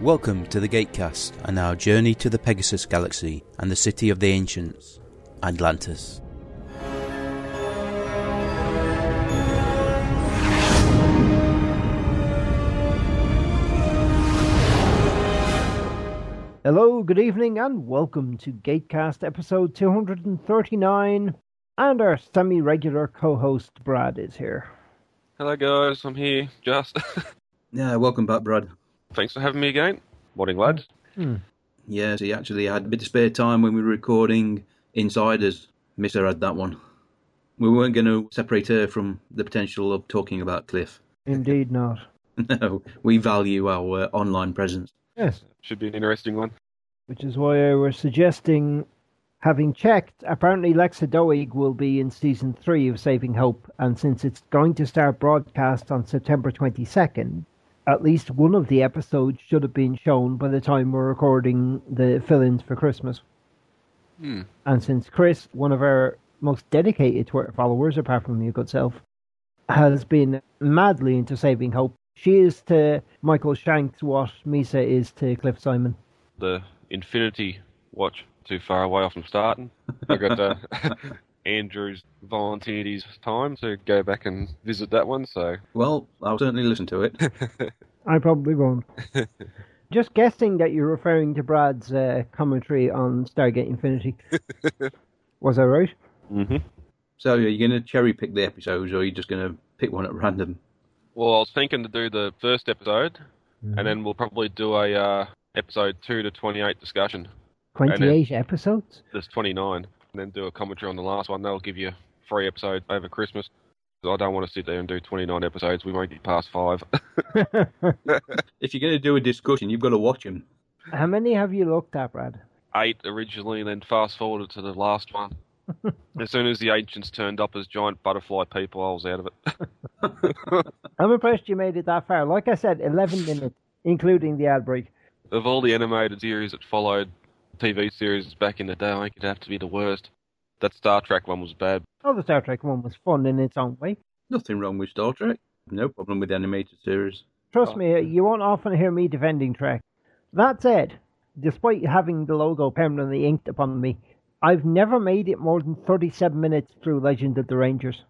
Welcome to the Gatecast and our journey to the Pegasus Galaxy and the city of the ancients, Atlantis. Hello, good evening, and welcome to Gatecast episode 239. And our semi regular co host Brad is here. Hello guys, I'm here. Just Yeah, welcome back, Brad. thanks for having me again. Morning, lads. Yeah, he actually had a bit of spare time when we were recording Insiders. Mister had that one. We weren't going to separate her from the potential of talking about Cliff. Indeed, not. No, we value our uh, online presence. Yes. Should be an interesting one. Which is why I was suggesting, having checked, apparently Lexa Doig will be in season three of Saving Hope. And since it's going to start broadcast on September 22nd, at least one of the episodes should have been shown by the time we're recording the fill ins for Christmas. Hmm. And since Chris, one of our most dedicated Twitter followers, apart from your good self, has been madly into Saving Hope, she is to Michael Shanks what Misa is to Cliff Simon. The Infinity Watch too far away off from starting. I got uh, Andrew's volunteered his time to go back and visit that one. So Well, I'll certainly listen to it. I probably won't. Just guessing that you're referring to Brad's uh, commentary on Stargate Infinity. Was I right? mm-hmm. so, are you going to cherry pick the episodes or are you just going to pick one at random? well, I was thinking to do the first episode, and then we'll probably do a uh, episode two to twenty eight discussion. 28 episodes? There's twenty nine, and then do a commentary on the last one. That'll give you a free episode over Christmas. 'Cause I don't want to sit there and do twenty nine episodes. We won't get past five. If you're going to do a discussion, you've got to watch them. How many have you looked at, Brad? eight originally, and then fast forwarded to the last one. as soon as the ancients turned up as giant butterfly people, I was out of it. I'm impressed you made it that far. Like I said, 11 minutes, including the ad break. Of all the animated series that followed TV series back in the day, I think it'd have to be the worst. That Star Trek one was bad. Oh, the Star Trek one was fun in its own way. Nothing wrong with Star Trek. No problem with animated series. Trust me, you won't often hear me defending Trek. That said, despite having the logo permanently inked upon me, I've never made it more than 37 minutes through Legend of the Rangers.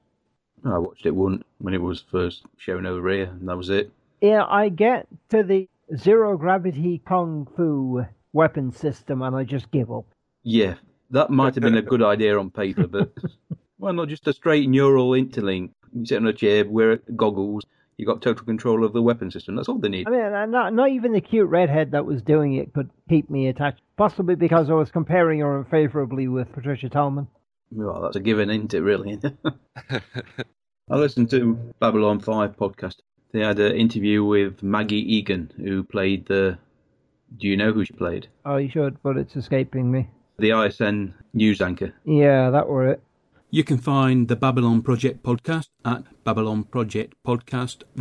I watched it once when it was first shown over here, and that was it. Yeah, I get to the zero gravity kung fu weapon system and I just give up. Yeah, that might have been a good idea on paper, but why not just a straight neural interlink? You sit on a chair, wear goggles, you got total control of the weapon system. That's all they need. I mean, uh, not, not even the cute redhead that was doing it could keep me attached, possibly because I was comparing her unfavorably with Patricia Tallman. Well, that's a given, isn't it, really? I listened to Babylon 5 podcast. They had an interview with Maggie Egan, who played the. Do you know who she played? Oh, you should, but it's escaping me. The ISN news anchor. Yeah, that were it. You can find the Babylon Project podcast at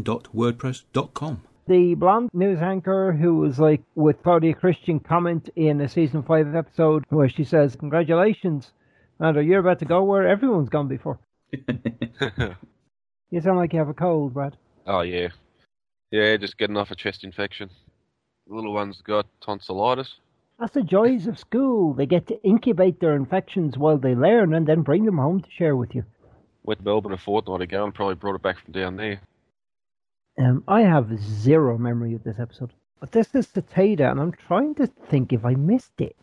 babylonprojectpodcast.wordpress.com. the blonde news anchor who was like with Claudia Christian comment in a season five episode where she says, Congratulations, Andrew, you're about to go where everyone's gone before. You sound like you have a cold, Brad. oh, yeah. Yeah, just getting off a chest infection. The little one's got tonsillitis. That's the joys of school. They get to incubate their infections while they learn and then bring them home to share with you. Went to Melbourne a fortnight ago and probably brought it back from down there. Um, I have zero memory of this episode. But this is Cicada, and I'm trying to think if I missed it.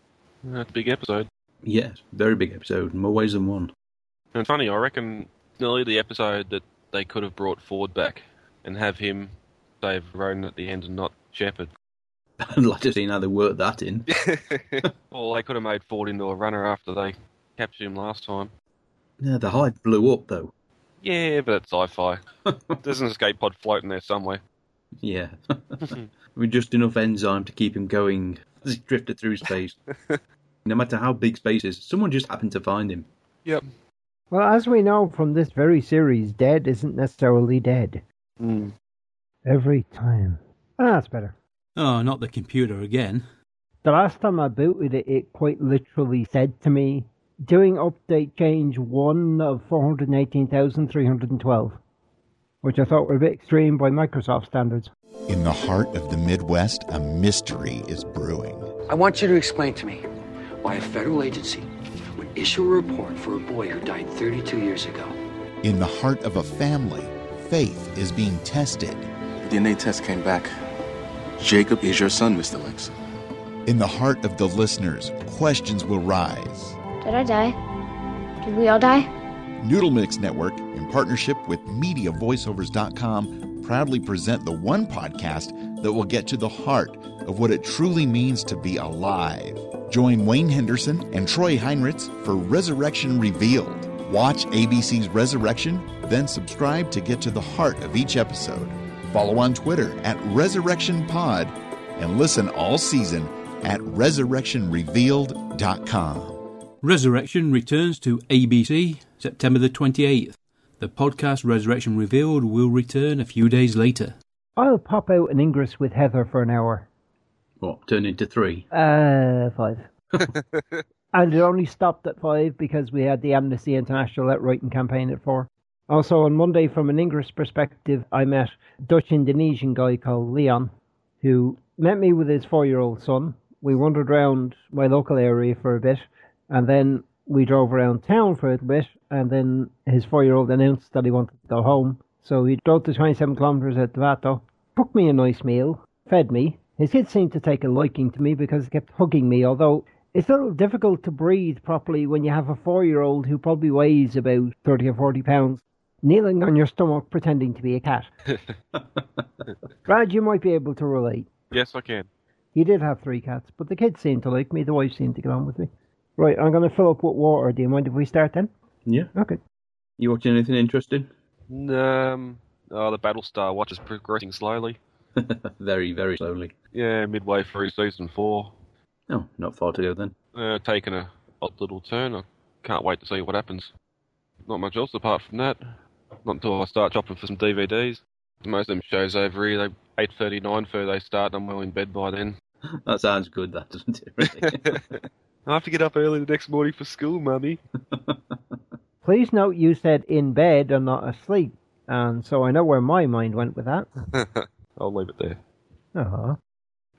That's a big episode. Yes, very big episode, more ways than one. And funny, I reckon nearly the episode that they could have brought Ford back and have him save Ronan at the end and not Shepard. I'd like to see how they work that in. Or they could have made Ford into a runner after they captured him last time. Yeah, the hive blew up, though. Yeah, but it's sci-fi. There's an escape pod floating there somewhere. Yeah. With just enough enzyme to keep him going as he drifted through space. no matter how big space is, someone just happened to find him. Yep. Well, as we know from this very series, dead isn't necessarily dead. Every time. Ah, that's better. Oh, not the computer again. The last time I booted it, it quite literally said to me, doing update change 1 of 418,312. which I thought were a bit extreme by Microsoft standards. In the heart of the Midwest, a mystery is brewing. I want you to explain to me why a federal agency would issue a report for a boy who died 32 years ago. In the heart of a family, faith is being tested. DNA test came back. Jacob is your son, Mr. Lex. In the heart of the listeners, questions will rise. Did I die? Did we all die? Noodle Mix Network, in partnership with MediaVoiceovers.com, proudly present the one podcast that will get to the heart of what it truly means to be alive. Join Wayne Henderson and Troy Heinrichs for Resurrection Revealed. Watch ABC's Resurrection, then subscribe to get to the heart of each episode. Follow on Twitter at Resurrection Pod and listen all season at ResurrectionRevealed.com. Resurrection returns to ABC September the 28th. The podcast Resurrection Revealed will return a few days later. I'll pop out an Ingress with Heather for an hour. What, turned into three? Uh, five. and it only stopped at five because we had the Amnesty International outwriting campaign at four. Also, on Monday, from an Ingress perspective, I met a Dutch Indonesian guy called Leon, who met me with his four year old son. We wandered around my local area for a bit, and then we drove around town for a little bit. And then his four year old announced that he wanted to go home. So he drove the 27 kilometres at Dvato, cooked me a nice meal, fed me. His kids seemed to take a liking to me because they kept hugging me, although it's a little difficult to breathe properly when you have a four year old who probably weighs about 30 or 40 pounds kneeling on your stomach pretending to be a cat. Brad, you might be able to relate. Yes, I can. He did have three cats, but the kids seemed to like me. The wife seemed to get on with me. Right, I'm going to fill up with water. Do you mind if we start then? Yeah. Okay. You watching anything interesting? Um, oh, the Battlestar Watch is progressing slowly. very, very slowly. Yeah, midway through season four. Oh, not far to go then. Uh, taking a odd little turn. I can't wait to see what happens. Not much else apart from that. Not until I start shopping for some DVDs. Most of them shows over here, they 8.39 for they start and I'm well in bed by then. That sounds good, that doesn't it? Really? I have to get up early the next morning for school, mummy. Please note you said in bed and not asleep, and so I know where my mind went with that. I'll leave it there. Uh-huh.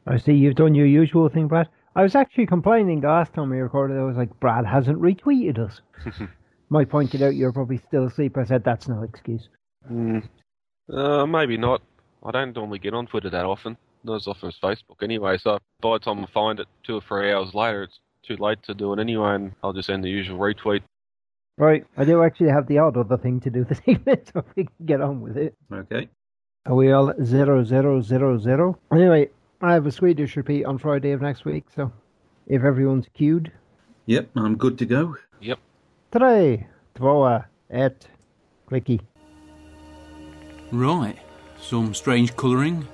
I see you've done your usual thing, Brad. I was actually complaining the last time we recorded. I was like, Brad hasn't retweeted us. Mike pointed out you're probably still asleep. I said, that's no excuse. Hmm. Uh, maybe not. I don't normally get on Twitter that often. Not as often as Facebook anyway, so by the time I find it two or three hours later, it's too late to do it anyway, and I'll just end the usual retweet. Right. I do actually have the odd other thing to do this evening, so we can get on with it. okay. Are we all at zero, zero, zero, zero? Anyway, I have a Swedish repeat on Friday of next week, so if everyone's queued. Yep, I'm good to go. Yep. Tre, tvåa, ett, clicky. Right. Some strange colouring.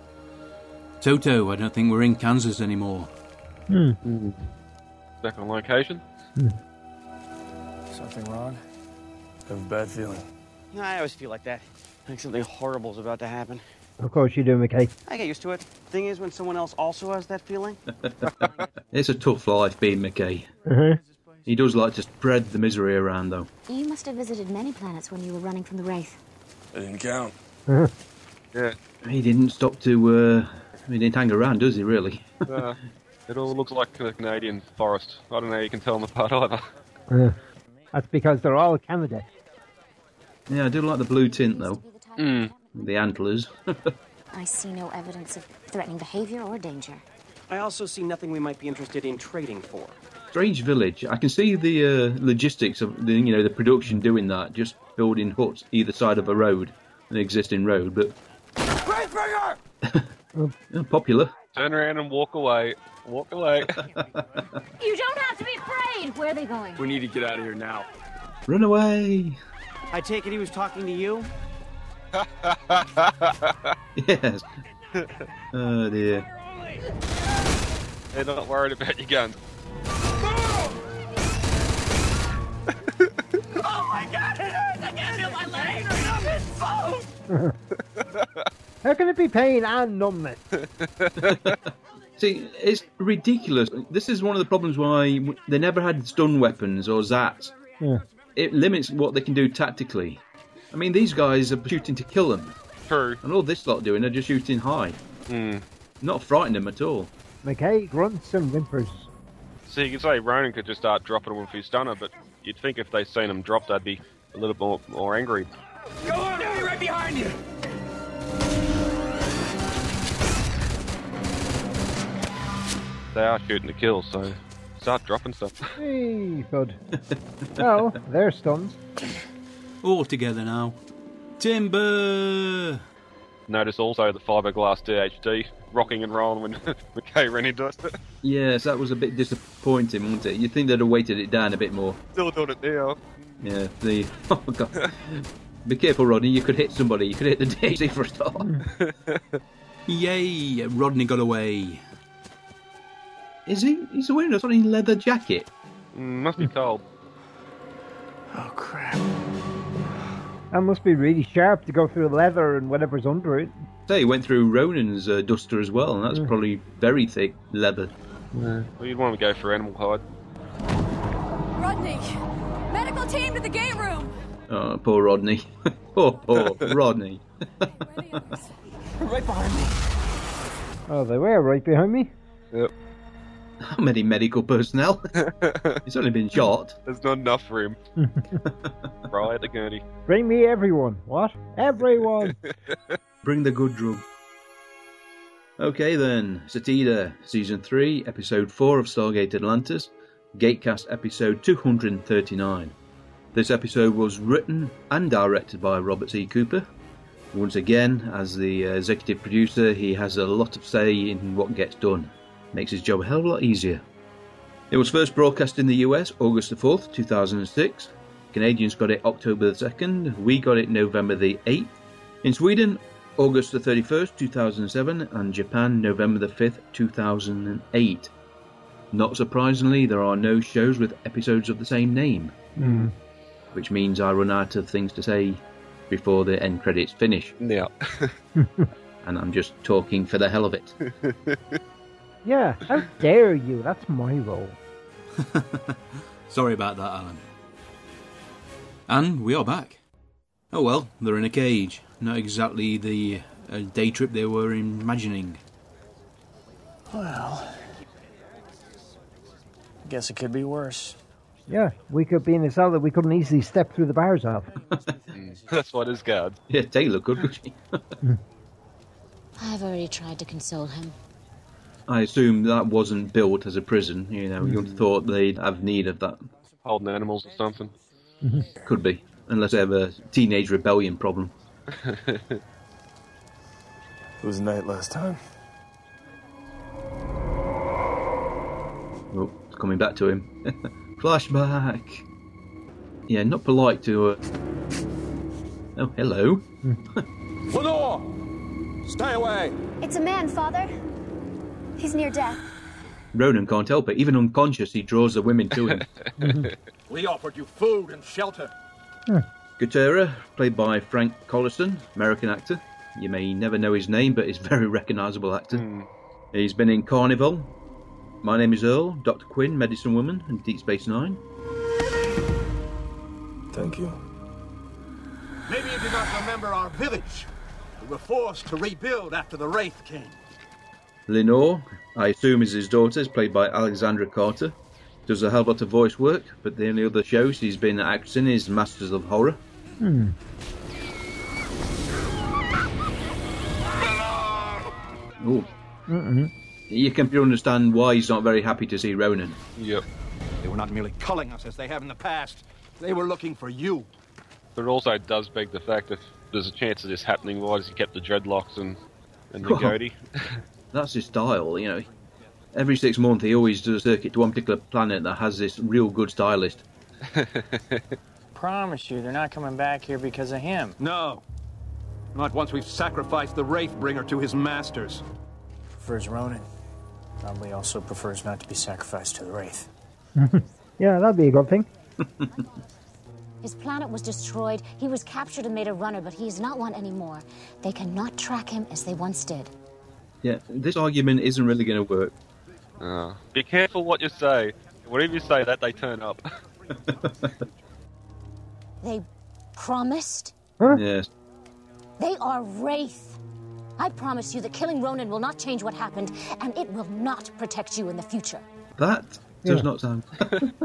Toto, I don't think we're in Kansas anymore. Back on location. Something wrong? I have a bad feeling. I always feel like that. Like something horrible's about to happen. Of course you do, McKay. I get used to it. Thing is, when someone else also has that feeling, It's a tough life being McKay. Mhm. He does like to spread the misery around, though. You must have visited many planets when you were running from the Wraith. I didn't count. Yeah. He didn't stop to, uh, he didn't hang around, does he, really? Uh, it all looks like a Canadian forest. I don't know how you can tell them apart either. Uh, That's because they're all Canada. yeah, I do like the blue tint, though. Be the type of encampment. The antlers. I see no evidence of threatening behavior or danger. I also see nothing we might be interested in trading for. Strange village. I can see the uh, logistics of the, you know, the production doing that, just building huts either side of a road, an existing road, but yeah, popular. Turn around and walk away. Walk away. You don't have to be afraid! Where are they going? We need to get out of here now. Run away! I take it he was talking to you? Yes. oh dear. They're not worried about your guns. How can it be pain and numbness? See, it's ridiculous. This is one of the problems why w- they never had stun weapons or zats. Yeah. It limits what they can do tactically. I mean, these guys are shooting to kill them. True. And all this lot doing, they're just shooting high. Mm. Not frightening them at all. McKay grunts and whimpers. So you could say Ronan could just start dropping them with his stunner, but you'd think if they'd seen him drop, they'd be a little more, more angry. Go on, I'll be right behind you. They are shooting to kill, so start dropping stuff. Hey, good. oh, they're stunned. All together now. Timber! Notice also the fiberglass DHD rocking and rolling when McKay ran into us. Yes, that was a bit disappointing, wasn't it? You'd think they'd have weighted it down a bit more. Still doing it now. Yeah, the. Oh, God. Be careful, Rodney. You could hit somebody. You could hit the DHD for a start. Yay! Rodney got away. Is he? He's wearing a funny leather jacket. Mm, must be cold. Oh, crap. That must be really sharp to go through leather and whatever's under it. Say, he went through Ronan's uh, duster as well, and that's probably very thick leather. Well, you'd want to go for animal hide. Rodney! Medical team to the gate room! Oh, poor Rodney. poor, poor Rodney. Right behind me. Oh, they were right behind me. Yep. How many medical personnel? He's only been shot. There's not enough room. right at the gurney. Bring me everyone. What? Everyone. Bring the good drug. Okay then, Satida, Season 3, Episode 4 of Stargate Atlantis, Gatecast Episode 239. This episode was written and directed by Robert C. Cooper. Once again, as the uh, executive producer, he has a lot of say in what gets done. Makes his job a hell of a lot easier. It was first broadcast in the US August the 4th, 2006. Canadians got it October the 2nd, we got it November the 8th. In Sweden, August the 31st, 2007, and Japan, November the 5th, 2008. Not surprisingly, there are no shows with episodes of the same name, which means I run out of things to say before the end credits finish, Yeah. and I'm just talking for the hell of it. Yeah, how dare you? That's my role. Sorry about that, Alan. And we are back. Oh well, they're in a cage. Not exactly the uh, day trip they were imagining. Well, I guess it could be worse. Yeah, we could be in a cell that we couldn't easily step through the bars of. That's what is guard. yeah, Taylor could, could she? I've already tried to console him. I assume that wasn't built as a prison, you know, Hmm. you'd have thought they'd have need of that. Holding animals or something. Could be, unless they have a teenage rebellion problem. It was night last time. Oh, it's coming back to him. Flashback. Yeah, not polite to. Uh... Oh, hello. Lenore! Stay away! It's a man, Father. He's near death. Ronan can't help it. Even unconscious, he draws the women to him. We offered you food and shelter. Gutera, played by Frank Collison, American actor. You may never know his name, but he's a very recognisable actor. He's been in Carnival, My Name is Earl, Dr. Quinn, Medicine Woman, and Deep Space Nine. Thank you. Maybe you do not remember our village. We were forced to rebuild after the Wraith came. Lenore, I assume is his daughter, is played by Alexandra Carter. Does a hell of a lot of voice work, but the only other show she's been acting is Masters of Horror. Ooh. You can understand why he's not very happy to see Ronan. Yep. They were not merely culling us as they have in the past. They were looking for you. But it also does beg the fact that there's a chance of this happening. Why does he kept the dreadlocks and, and the goatee? That's his style, you know. Every six months he always does a circuit to one particular planet that has this real good stylist. Promise you, they're not coming back here because of him. No. Not once we've sacrificed the Wraithbringer to his masters. Prefers Ronan. Probably also prefers not to be sacrificed to the Wraith. Yeah, that'd be a good thing. His planet was destroyed. He was captured and made a runner, but he is not one anymore. They cannot track him as they once did. Yeah, this argument isn't really going to work. Uh, be careful what you say. Whatever you say, that they turn up. They promised Yes. They are Wraith. I promise you that killing Ronan will not change what happened, and it will not protect you in the future. That does not sound.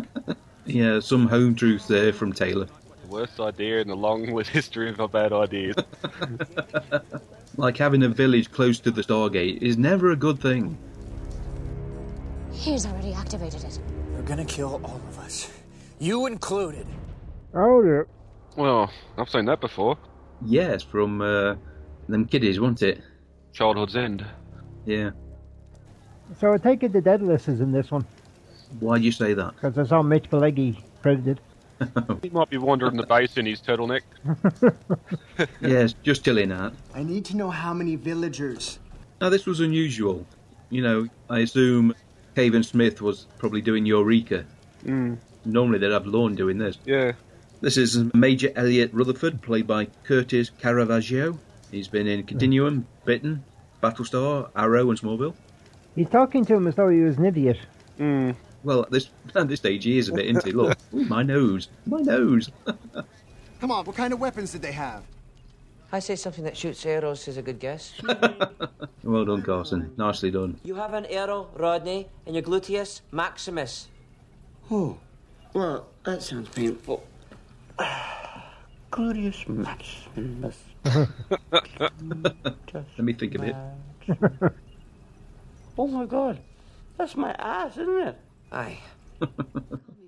yeah, some home truth there from Taylor. Worst idea in the long list history of bad ideas. Like having a village close to the Stargate is never a good thing. Here's already activated it. They're gonna kill all of us. You included. Oh, yeah. well, I've seen that before. Yes, from uh, them kiddies, wasn't it? Childhood's End. Yeah. So I take it the Daedalus is in this one Why do you say that? because I saw Mitch Pileggi credited. He might be wandering the base in his turtleneck. yes, just chilling out. I need to know how many villagers. Now, this was unusual. You know, I assume Caven Smith was probably doing Eureka. Mm. Normally they'd have Lorne doing this. Yeah. This is Major Elliot Rutherford, played by Curtis Caravaggio. He's been in Continuum, Bitten, Battlestar, Arrow, and Smallville. He's talking to him as though he was an idiot. Well, at this at this stage, he is a bit, isn't he? Look, Ooh, my nose, my nose. Come on, what kind of weapons did they have? I say something that shoots arrows is a good guess. well done, Carson. Nicely done. you have an arrow, Rodney, in your gluteus maximus. Oh, well, that sounds painful. Gluteus maximus. Let me think a bit. Oh my god, that's my ass, isn't it? Aye.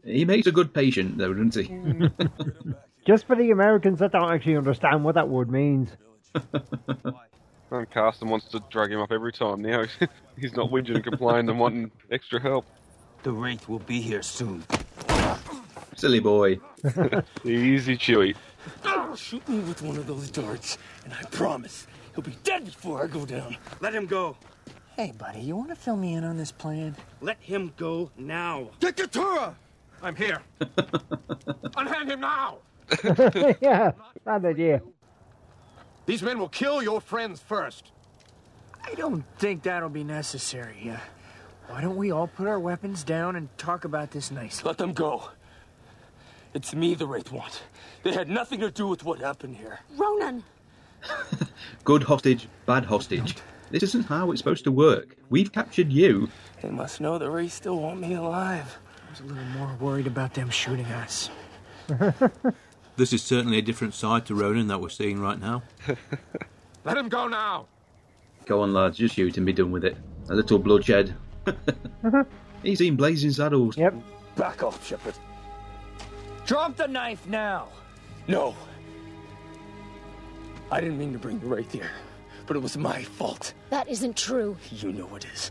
He makes a good patient, though, doesn't he? Just for the Americans that don't actually understand what that word means. And Carson wants to drag him up every time now. He's not whinging and complaining and wanting extra help. The Wraith will be here soon. Silly boy. Easy, Chewy. Shoot me with one of those darts, and I promise he'll be dead before I go down. Let him go. Hey, buddy, you wanna fill me in on this plan? Let him go now. Get Keturah! I'm here. Unhand him now. yeah, bad idea. These men will kill your friends first. I don't think that'll be necessary. Uh, why don't we all put our weapons down and talk about this nicely? Let them go. It's me the Wraith want. They had nothing to do with what happened here. Ronan! Good hostage, bad hostage. This isn't how it's supposed to work. We've captured you. They must know the Wraith still want me alive. I was a little more worried about them shooting us. This is certainly a different side to Ronan that we're seeing right now. Let him go now. Go on, lads, just shoot and be done with it. A little bloodshed. He's in blazing saddles. Yep. Back off, Shepard. Drop the knife now! No. I didn't mean to bring the Wraith here, but it was my fault. That isn't true. You know it is.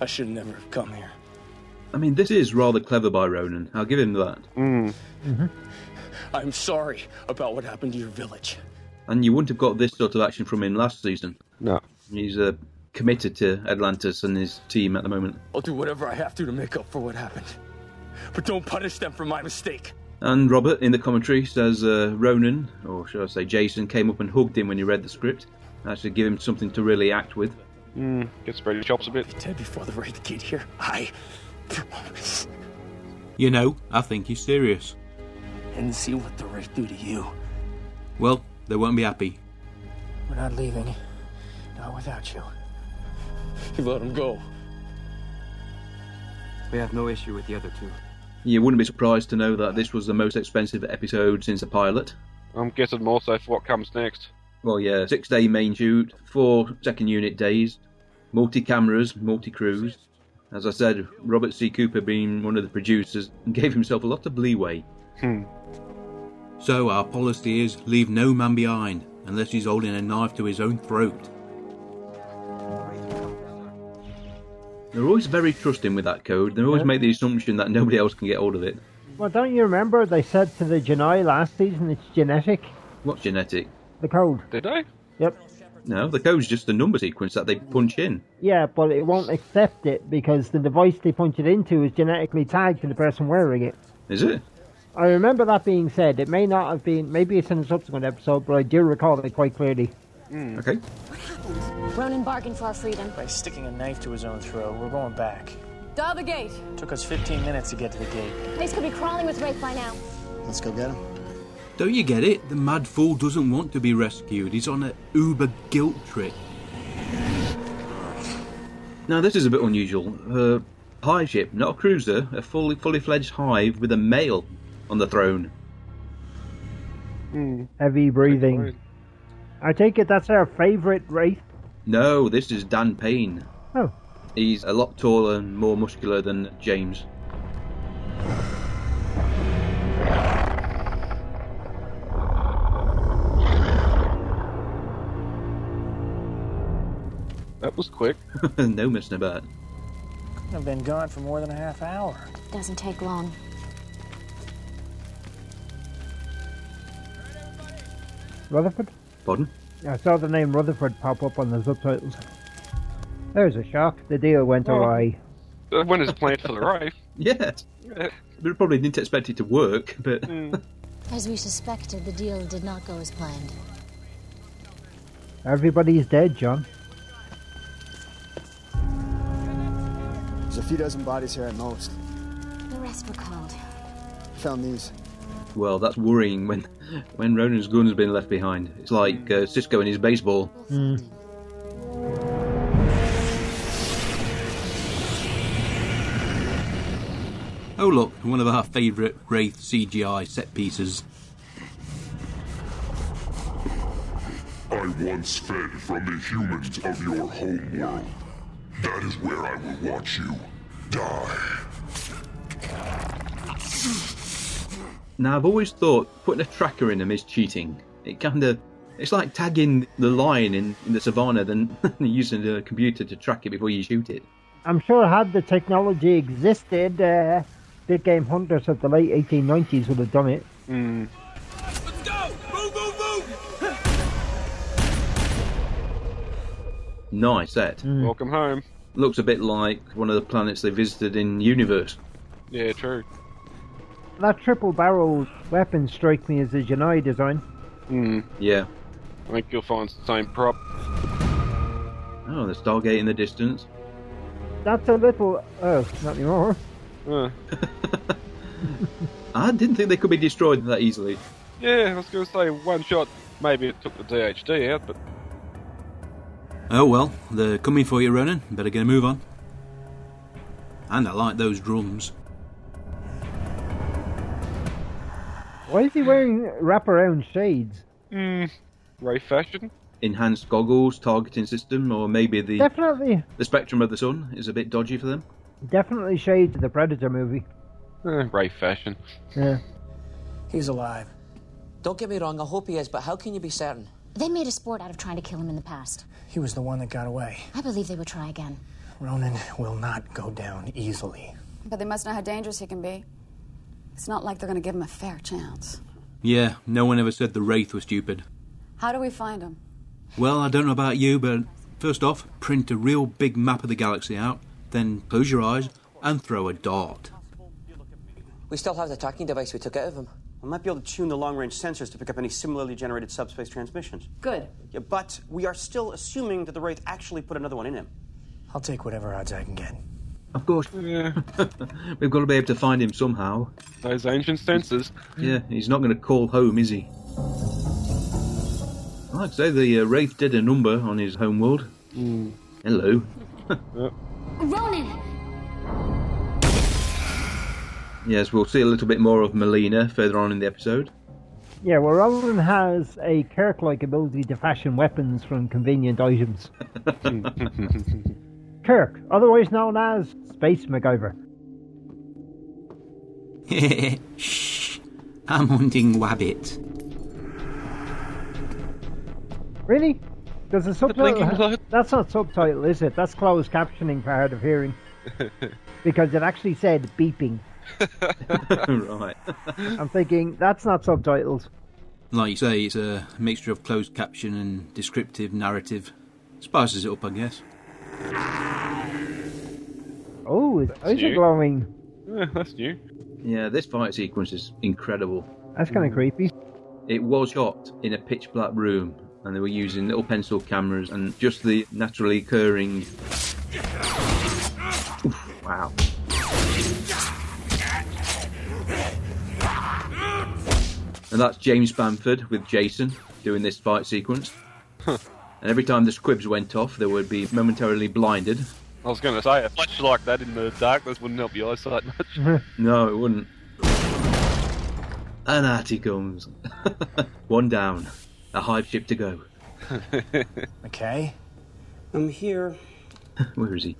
I should never have come here. I mean, this is rather clever by Ronan. I'll give him that. I'm sorry about what happened to your village. And you wouldn't have got this sort of action from him last season. No. He's uh, committed to Atlantis and his team at the moment. I'll do whatever I have to to make up for what happened. But don't punish them for my mistake. And Robert in the commentary says uh, Ronan, or should I say Jason, came up and hugged him when he read the script. Actually, give him something to really act with. Mm, gets ready to chops a bit. Dead before the Wraith get here. I promise. You know, I think he's serious. And see what the Wraith do to you. Well, they won't be happy. We're not leaving. Not without you. You let him go. We have no issue with the other two. You wouldn't be surprised to know that this was the most expensive episode since the pilot. I'm guessing more so for what comes next. Well, yeah, six day main shoot, four second unit days, multi cameras, multi crews. As I said, Robert C. Cooper, being one of the producers, gave himself a lot of leeway. So our policy is leave no man behind unless he's holding a knife to his own throat. They're always very trusting with that code. They always make the assumption that nobody else can get hold of it. Well, don't you remember they said to the Janai last season it's genetic? What's genetic? The code. Did they? Yep. No, the code's just a number sequence that they punch in. Yeah, but it won't accept it because the device they punch it into is genetically tagged to the person wearing it. Is it? I remember that being said. It may not have been, maybe it's in a subsequent episode, but I do recall it quite clearly. Okay. Ronan bargained for our freedom. By sticking a knife to his own throat, we're going back. Dial the gate. Took us 15 minutes to get to the gate. Place could be crawling with Wraith by now. Let's go get him. Don't you get it? The mad fool doesn't want to be rescued. He's on an uber guilt trip. Now, this is a bit unusual. A high ship, not a cruiser, a fully fully fledged hive with a male on the throne. Heavy breathing. I take it that's our favourite wraith. No, this is Dan Payne. Oh. He's a lot taller and more muscular than James. That was quick. no missing about. I've been gone for more than a half hour. Doesn't take long. Rutherford? Pardon? I saw the name Rutherford pop up on the subtitles. There's a shock. The deal went Oh. awry. That went as planned for the right. Yes. They probably didn't expect it to work, but As we suspected, the deal did not go as planned. Everybody's dead, John. There's a few dozen bodies here at most. The rest were called. Found these. well, that's worrying when when Ronan's gun has been left behind. It's like uh, Cisco and his baseball. Oh, look, one of our favourite Wraith CGI set pieces. I once fed from the humans of your homeworld. That is where I will watch you die. Now, I've always thought putting a tracker in them is cheating. It kind of. It's like tagging the lion in, in the savannah than using a computer to track it before you shoot it. I'm sure had the technology existed, uh, big game hunters of the late 1890s would have done it. Mm. Nice set. Welcome home. Looks a bit like one of the planets they visited in Universe. Yeah, true. That triple barrel weapon strike me as a Janai design. Mm. Yeah. I think you'll find the same prop. Oh, the Stargate in the distance. That's a little. Oh, not anymore. Uh, I didn't think they could be destroyed that easily. yeah, I was going to say one shot. Maybe it took the DHD out, but Oh well, they're coming for you, Ronan. Better get a move on. And I like those drums. Why is he wearing wraparound shades? mm, Ray fashion. Enhanced goggles, targeting system, or maybe the Definitely, the spectrum of the sun is a bit dodgy for them. definitely shades of the Predator movie. Eh, Ray fashion. Yeah. He's alive. Don't get me wrong, I hope he is, but how can you be certain? They made a sport out of trying to kill him in the past. He was the one that got away. I believe they would try again. Ronan will not go down easily. But they must know how dangerous he can be. It's not like they're gonna give him a fair chance. Yeah, no one ever said the Wraith were stupid. How do we find him? Well, I don't know about you, but first off, print a real big map of the galaxy out, then close your eyes and throw a dart. We still have the tracking device we took out of him. We might be able to tune the long range sensors to pick up any similarly generated subspace transmissions. Good. Yeah, but we are still assuming that the Wraith actually put another one in him. I'll take whatever odds I can get. Of course. We've got to be able to find him somehow. Those ancient senses. Yeah, he's not going to call home, is he? I'd say the uh, Wraith did a number on his homeworld. Hello. Ronan! Yes, we'll see a little bit more of Melina further on in the episode. Yeah, well, Roland has a Kirk like ability to fashion weapons from convenient items. Kirk, otherwise known as Space MacGyver. Shh, I'm hunting Wabbit. Really? Does the subtitle. blinking ha- that's not subtitle, is it? That's closed captioning for hard of hearing. Because it actually said beeping. right. I'm thinking, that's not subtitles. Like you say, it's a mixture of closed caption and descriptive narrative. Spices it up, I guess. Oh, his eyes are you. glowing. Eh, that's new. Yeah, this fight sequence is incredible. That's kind of creepy. It was shot in a pitch black room, and they were using little pencil cameras and just the naturally occurring. Oof, wow. And that's James Bamford with Jason doing this fight sequence. and every time the squibs went off, they would be momentarily blinded. I was going to say, a flash like that in the darkness wouldn't help your eyesight much. no, it wouldn't. And out he comes. One down. A hive ship to go. okay. I'm here. Where is he?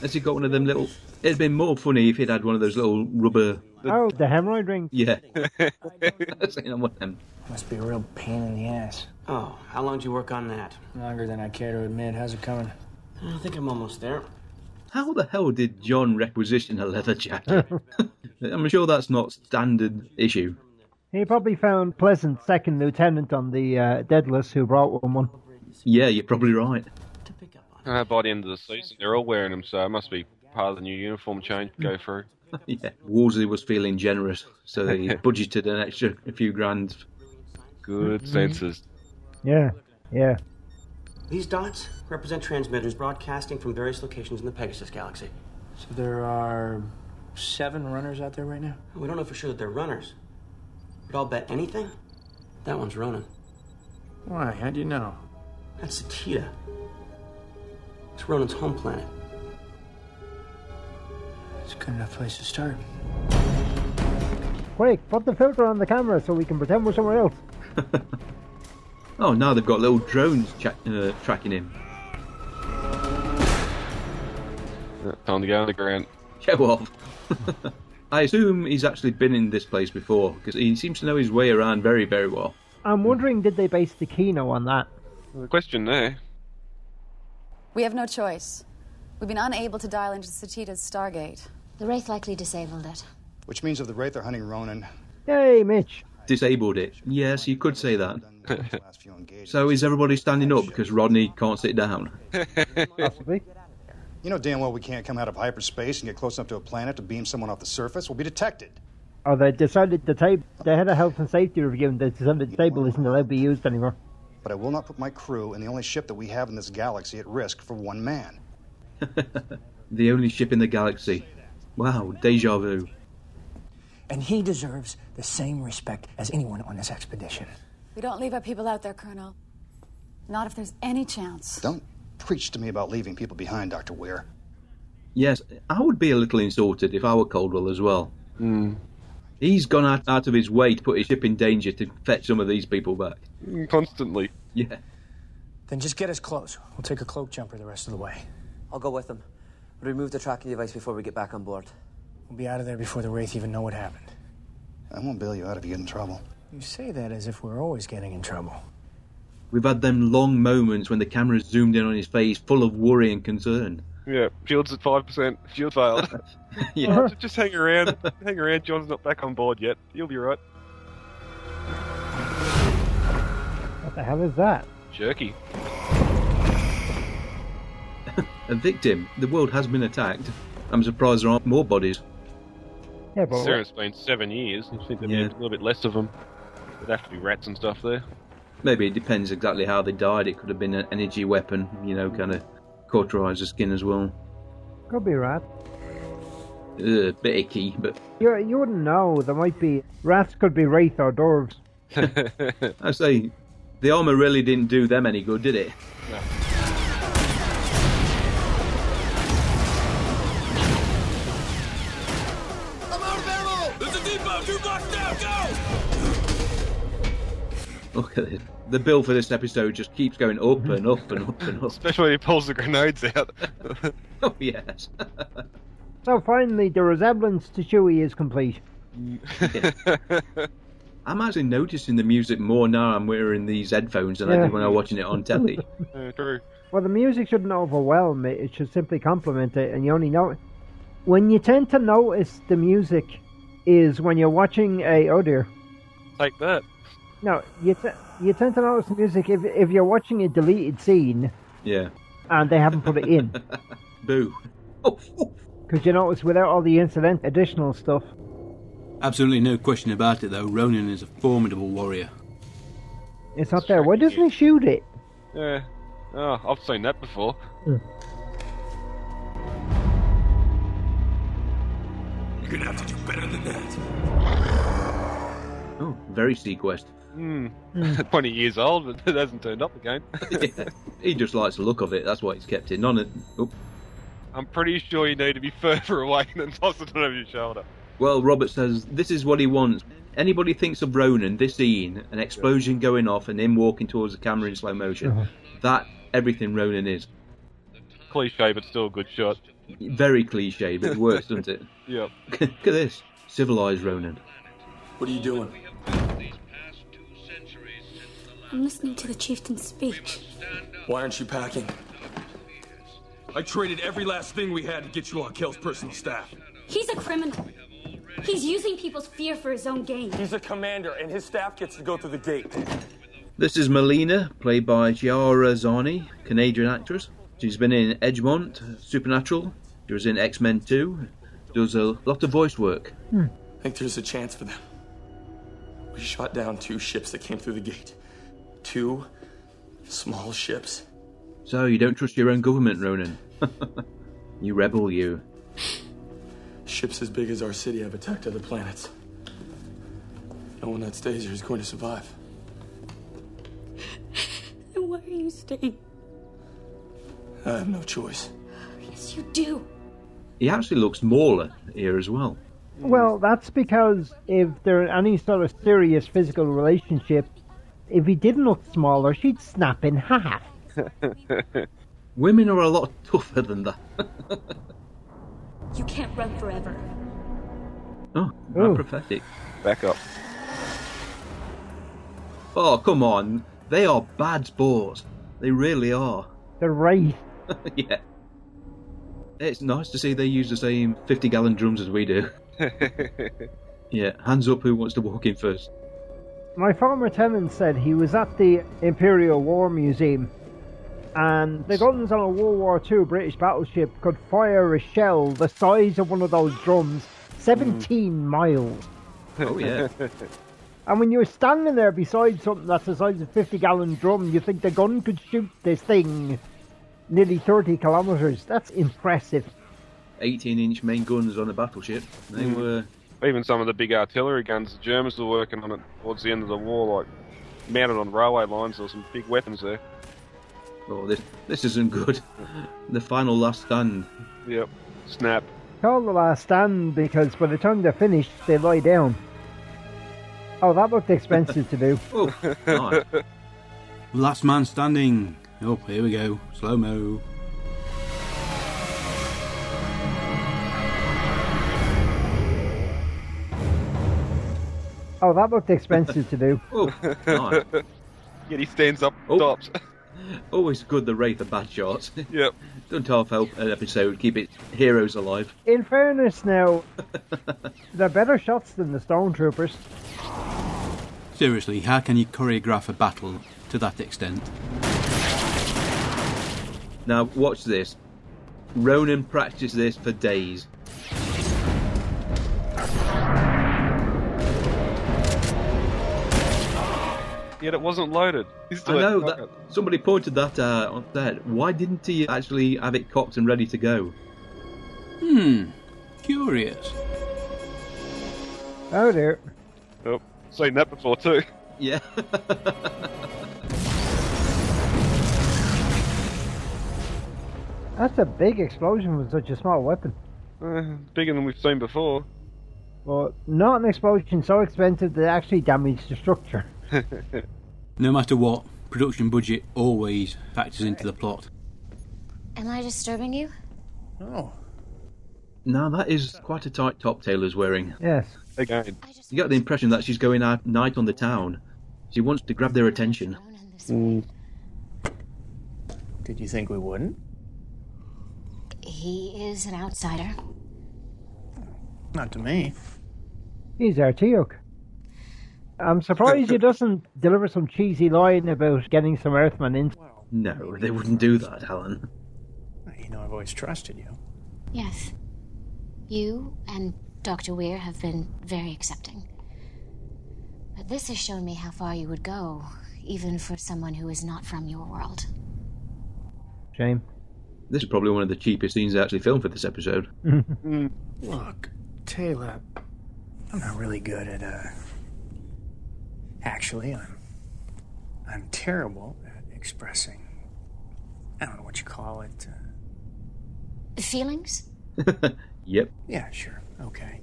Has he got one of them little. It'd been more funny if he'd had one of those little rubber. Oh, the hemorrhoid ring. Yeah. That's it, I want them. Must be a real pain in the ass. Oh, how long did you work on that? Longer than I care to admit. How's it coming? I think I'm almost there. How the hell did John requisition a leather jacket? I'm sure that's not standard issue. He probably found Pleasant second lieutenant on the uh, Deadless who brought one. one. Yeah, you're probably right. Uh, by the end of the season, they're all wearing them, so it must be part of the new uniform change to go through. yeah, Wolsey was feeling generous, so they budgeted an extra a few grand. Good Mhm. senses. Yeah, yeah. These dots represent transmitters broadcasting from various locations in the Pegasus Galaxy. So there are seven runners out there right now? We don't know for sure that they're runners. But I'll bet anything that one's Ronan. Why? How do you know? That's Satita. It's Ronan's home planet. It's a good enough place to start. Quick, put the filter on the camera so we can pretend we're somewhere else. Oh, now they've got little drones cha- uh, tracking him. Uh, Time to go underground. Show off. I assume he's actually been in this place before because he seems to know his way around very, very well. I'm wondering, did they base the Kino on that? Question there. We have no choice. We've been unable to dial into Satita's Stargate. The Wraith likely disabled it. Which means if the Wraith are hunting Ronan, Yay, Mitch. Disabled it. Yes, you could say that. so is everybody standing up because Rodney can't sit down? possibly. You know damn well we can't come out of hyperspace and get close enough to a planet to beam someone off the surface. We'll be detected. Oh, they decided the table. They had a health and safety review, and they decided the table isn't allowed to be used anymore. But I will not put my crew and the only ship that we have in this galaxy at risk for one man. The only ship in the galaxy. Wow, deja vu. And he deserves the same respect as anyone on this expedition. We don't leave our people out there, Colonel. Not if there's any chance. Don't preach to me about leaving people behind, Dr. Weir. Yes, I would be a little insulted if I were Coldwell as well. He's gone out, out of his way to put his ship in danger to fetch some of these people back. Constantly. Yeah. Then just get us close. We'll take a cloak jumper the rest of the way. I'll go with them. But remove the tracking device before we get back on board. We'll be out of there before the Wraith even know what happened. I won't bail you out if you get in trouble. You say that as if we're always getting in trouble. We've had them long moments when the camera's zoomed in on his face, full of worry and concern. Yeah, shield's at 5%. Shield failed. Yeah. Oh, ju- just hang around. hang around. John's not back on board yet. He'll be right. What the hell is that? Jerky. A victim. The world has been attacked. I'm surprised there aren't more bodies. Yeah, Well, but it's been seven years. I think there'd Yeah. be a little bit less of them. There'd have to be rats and stuff there. Maybe it depends exactly how they died. It could have been an energy weapon, you know, kind of cauterise the skin as well. could be right. Ugh, bit icky, but You you wouldn't know. There might be rats, could be wraith or dwarves. I say, the armour really didn't do them any good, did it? I'm out of ammo! There's a depot two blocks down! Go! Look at it. The bill for this episode just keeps going up and up and up and up. Especially when he pulls the grenades out. oh, yes. So finally, the resemblance to Chewie is complete. I'm actually noticing the music more now I'm wearing these headphones than I Yeah. did when I was watching it on telly. Uh, true. Well, the music shouldn't overwhelm it. It should simply complement it, and you only know when you tend to notice the music is when you're watching a oh dear. Take that. No, you t- you tend to notice the music if if you're watching a deleted scene Yeah. and they haven't put it in Boo. Oh, because you notice without all the incident additional stuff. Absolutely no question about it, though. Ronan is a formidable warrior. It's not there. Why doesn't he shoot it? Yeah. Oh, I've seen that before. You're gonna have to do better than that. Oh, very Sequest. Hmm. 20 years old, but it hasn't turned up again. He just likes the look of it. That's why he's kept it. None. Of, oh. I'm pretty sure you need to be further away than toss it over your shoulder. Well, Robert says this is what he wants. Anybody thinks of Ronan, this scene, an explosion going off and him walking towards the camera in slow motion. Uh-huh. That everything Ronan is. Cliche, but still a good shot. Very cliche, but it works, doesn't it? Yep. Look at this. Civilized Ronan. What are you doing? I'm listening to the chieftain's speech. Why aren't you packing? I traded every last thing we had to get you on Kell's personal staff. He's a criminal. He's using people's fear for his own gain. He's a commander, and his staff gets to go through the gate. This is Melina, played by Giara Zani, Canadian actress. She's been in Edgemont, Supernatural. She was in X Men 2. Does a lot of voice work. I think there's a chance for them. We shot down two ships that came through the gate. Two small ships. So you don't trust your own government, Ronan? you rebel, you. Ships as big as our city have attacked other planets. No one that stays here is going to survive. Then why are you staying? I have no choice. Yes, you do. He actually looks smaller here as well. Well, that's because if there are any sort of serious physical relationship, if he didn't look smaller, she'd snap in half. Women are a lot tougher than that. You can't run forever. Oh, I'm prophetic. Back up. Oh, come on. They are bad sports. They really are. They're right. yeah. It's nice to see they use the same 50 gallon drums as we do. yeah, hands up who wants to walk in first. My former tenant said he was at the Imperial War Museum, and the guns on a World War II British battleship could fire a shell the size of one of those drums 17 miles. Oh, yeah. And when you're standing there beside something that's the size of a 50 gallon drum, you think the gun could shoot this thing nearly 30 kilometres. That's impressive. 18 inch main guns on a battleship. They Mm. were. Even some of the big artillery guns the Germans were working on it towards the end of the war, like mounted on railway lines. There were some big weapons there. Oh, this this isn't good. The final last stand. Yep. Snap. Call the last stand because by the time they're finished, they lie down. Oh, that looked expensive to do. Oh, Nice. Last man standing. Oh, here we go. Slow mo. Oh, that looked expensive to do. Oh, nice. Yet he stands up, stops. Always good the Wraith of bad shots. Yep. Don't half help an episode, keep it heroes alive. In fairness, now, they're better shots than the stormtroopers. Seriously, how can you choreograph a battle to that extent? Now, watch this. Ronan practiced this for days. Yet it wasn't loaded. He I still had know to that cock it. somebody pointed that uh, on set. Why didn't he actually have it cocked and ready to go? Hmm. Curious. Oh dear. Yep. Seen that before too. Yeah. That's a big explosion with such a small weapon. Uh, bigger than we've seen before. But not an explosion so expensive that it actually damaged the structure. No matter what, production budget always factors into the plot. Am I disturbing you? No. Now that is quite a tight top Taylor's wearing. Yes. Again. You get the impression that she's going out night on the town. She wants to grab their attention. Did you think we wouldn't? He is an outsider. Not to me. He's our Teok. I'm surprised he doesn't deliver some cheesy line about getting some Earthmen in. No, they wouldn't do that, Alan. You know, I've always trusted you. Yes. You and Dr. Weir have been very accepting. But this has shown me how far you would go, even for someone who is not from your world. Shame. This is probably one of the cheapest scenes they actually filmed for this episode. Look, Taylor, I'm not really good at uh, Actually, I'm I'm terrible at expressing. I don't know what you call it. Uh, Feelings? Yep. yeah, sure, okay.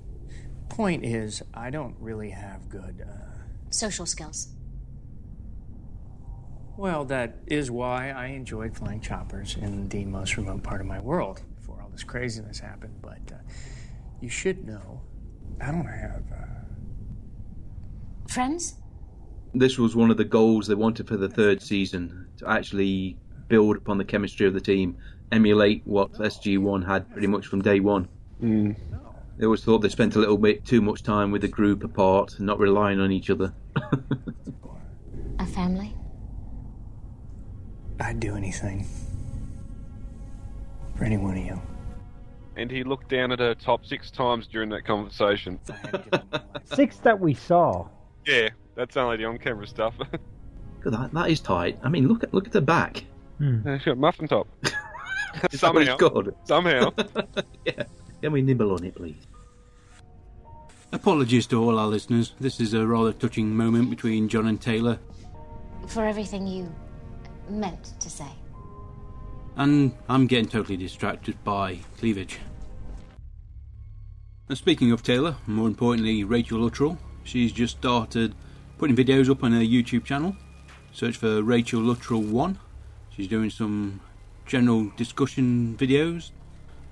Point is, I don't really have good. Uh, Social skills. well, that is why I enjoyed flying choppers in the most remote part of my world before all this craziness happened. But uh, you should know, I don't have. Uh, Friends? This was one of the goals they wanted for the third season to actually build upon the chemistry of the team, emulate what SG1 had pretty much from day one. Hmm. Mm. They always thought they spent a little bit too much time with the group apart, not relying on each other. A family? I'd do anything for any one of you. And he looked down at her top six times during that conversation. Six that we saw. yeah, that's only the on-camera stuff. God, that, that is tight. I mean, look at look at the back. She's got a muffin top. Is that what somehow, it's called? somehow. Can we nibble on it, please? Apologies to all our listeners. This is a rather touching moment between John and Taylor, For everything you meant to say. and I'm getting totally distracted by cleavage. And speaking of Taylor, more importantly, Rachel Luttrell, she's just started putting videos up on her YouTube channel. Search for Rachel Luttrell 1. She's doing some general discussion videos,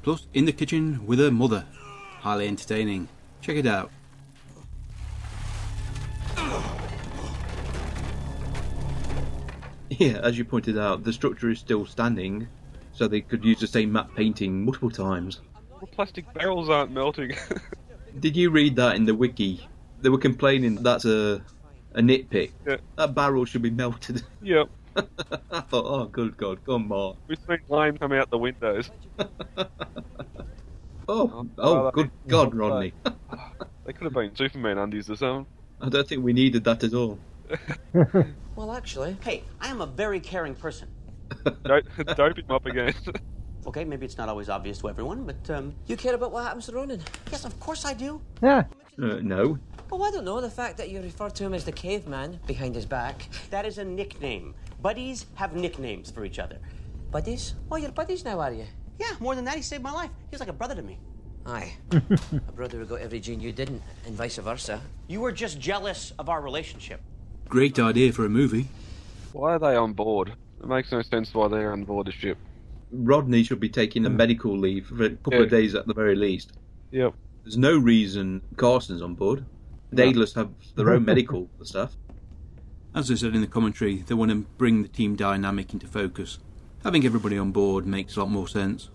plus in the kitchen with her mother. Highly entertaining. Check it out. Yeah, as you pointed out, the structure is still standing, so they could use the same map painting multiple times. Well, plastic barrels aren't melting. Did you read that in the wiki? They were complaining that's a a nitpick. Yeah. That barrel should be melted. yep. I thought, oh, good God, come on. We've seen lime come out the windows. Oh, well, oh, I good mean, God, well, Rodney. They could have been Superman undies or something. I don't think we needed that at all. Well, actually, hey, I am a very caring person. Dope, dope him up again. Okay, maybe it's not always obvious to everyone, but um, you care about what happens to Ronan? Yes, of course I do. Yeah. Uh, no. Oh, I don't know. The fact that you refer to him as the caveman behind his back. That is a nickname. Buddies have nicknames for each other. Buddies? Oh, you're buddies now, are you? Yeah, more than that, he saved my life. He's like a brother to me. Aye. a brother who got every gene you didn't, and vice versa. You were just jealous of our relationship. Great idea for a movie. Why are they on board? It makes no sense why they're on board the ship. Rodney should be taking a medical leave for a couple of days at the very least. Yep. There's no reason Carson's on board. The Daedalus have their own medical stuff. As I said in the commentary, they want to bring the team dynamic into focus. Having everybody on board makes a lot more sense.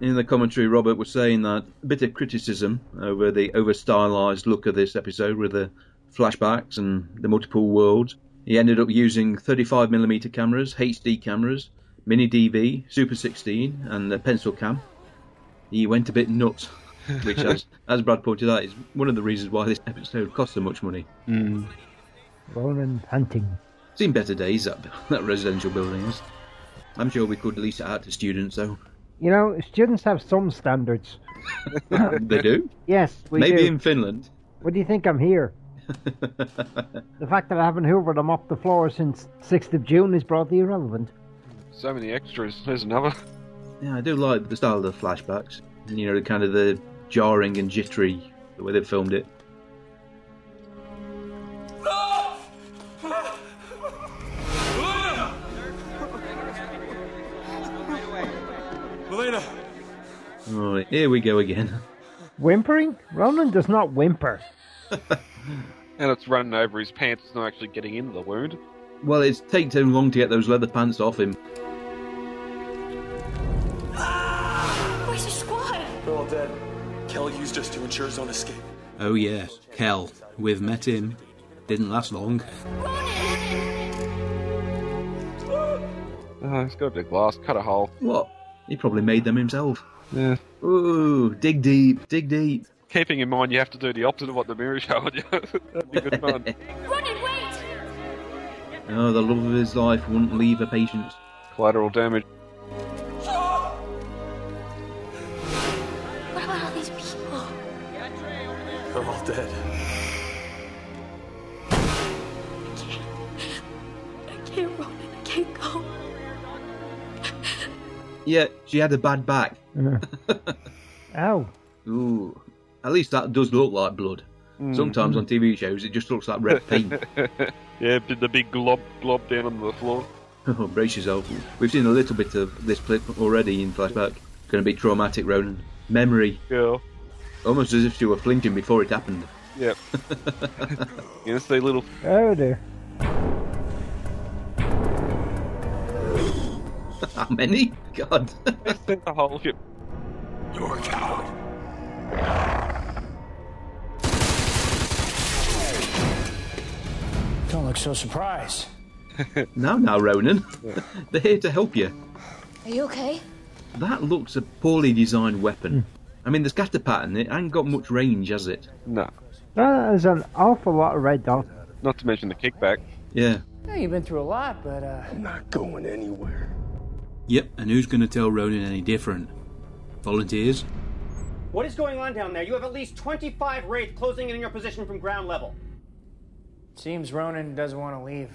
In the commentary, Robert was saying that a bit of criticism over the over stylized look of this episode with the flashbacks and the multiple worlds. He ended up using 35mm cameras, HD cameras, mini DV, Super 16, and the pencil cam. He went a bit nuts, which, as, as Brad pointed out, is one of the reasons why this episode cost so much money. Ronan hunting. Seen better days, that, that residential building has. I'm sure we could lease it out to students, though. You know, students have some standards. they do? Yes, we Maybe do. in Finland. What do you think I'm here? the fact that I haven't hoovered them up the floor since 6th of June is broadly irrelevant. So many extras. There's another. Yeah, I do like the style of the flashbacks. You know, the kind of the jarring and jittery the way they filmed it. Melina! Right, here we go again. Whimpering? Ronan does not whimper. And it's running over his pants. It's not actually getting into the wound. Well, it's taken so long to get those leather pants off him. Where's your squad? They're all dead. Kel used us to ensure his own escape. Oh yes, Kel. We've met him. Didn't last long. Oh, it's got a big glass. Cut a hole. What? He probably made them himself. Yeah. Ooh, dig deep, dig deep. Keeping in mind, you have to do the opposite of what the mirror showed you. That'd be good fun. Oh, the love of his life wouldn't leave a patient. Collateral damage. What about all these people? They're all dead. Yeah, she had a bad back. Ow. Ooh. At least that does look like blood. Mm. Sometimes on TV shows it just looks like red paint. yeah, b- the big glob glob down on the floor. oh, brace yourself. We've seen a little bit of this clip already in flashback. Going to be traumatic, Ronan. Memory. Yeah. Almost as if she were flinching before it happened. Yep. you know, say little. Oh dear. How many? God. the whole ship. You're a coward. Don't look so surprised. now, now, Ronan. They're here to help you. Are you okay? That looks a poorly designed weapon. I mean, the scatter pattern, it ain't got much range, has it? No. That is Ah, an awful lot of red dots. Not to mention the kickback. Yeah. Yeah, you've been through a lot, but uh, I'm not going anywhere. Yep, and who's going to tell Ronan any different? Volunteers? What is going on down there? You have at least 25 wraith closing in on your position from ground level. Seems Ronan doesn't want to leave.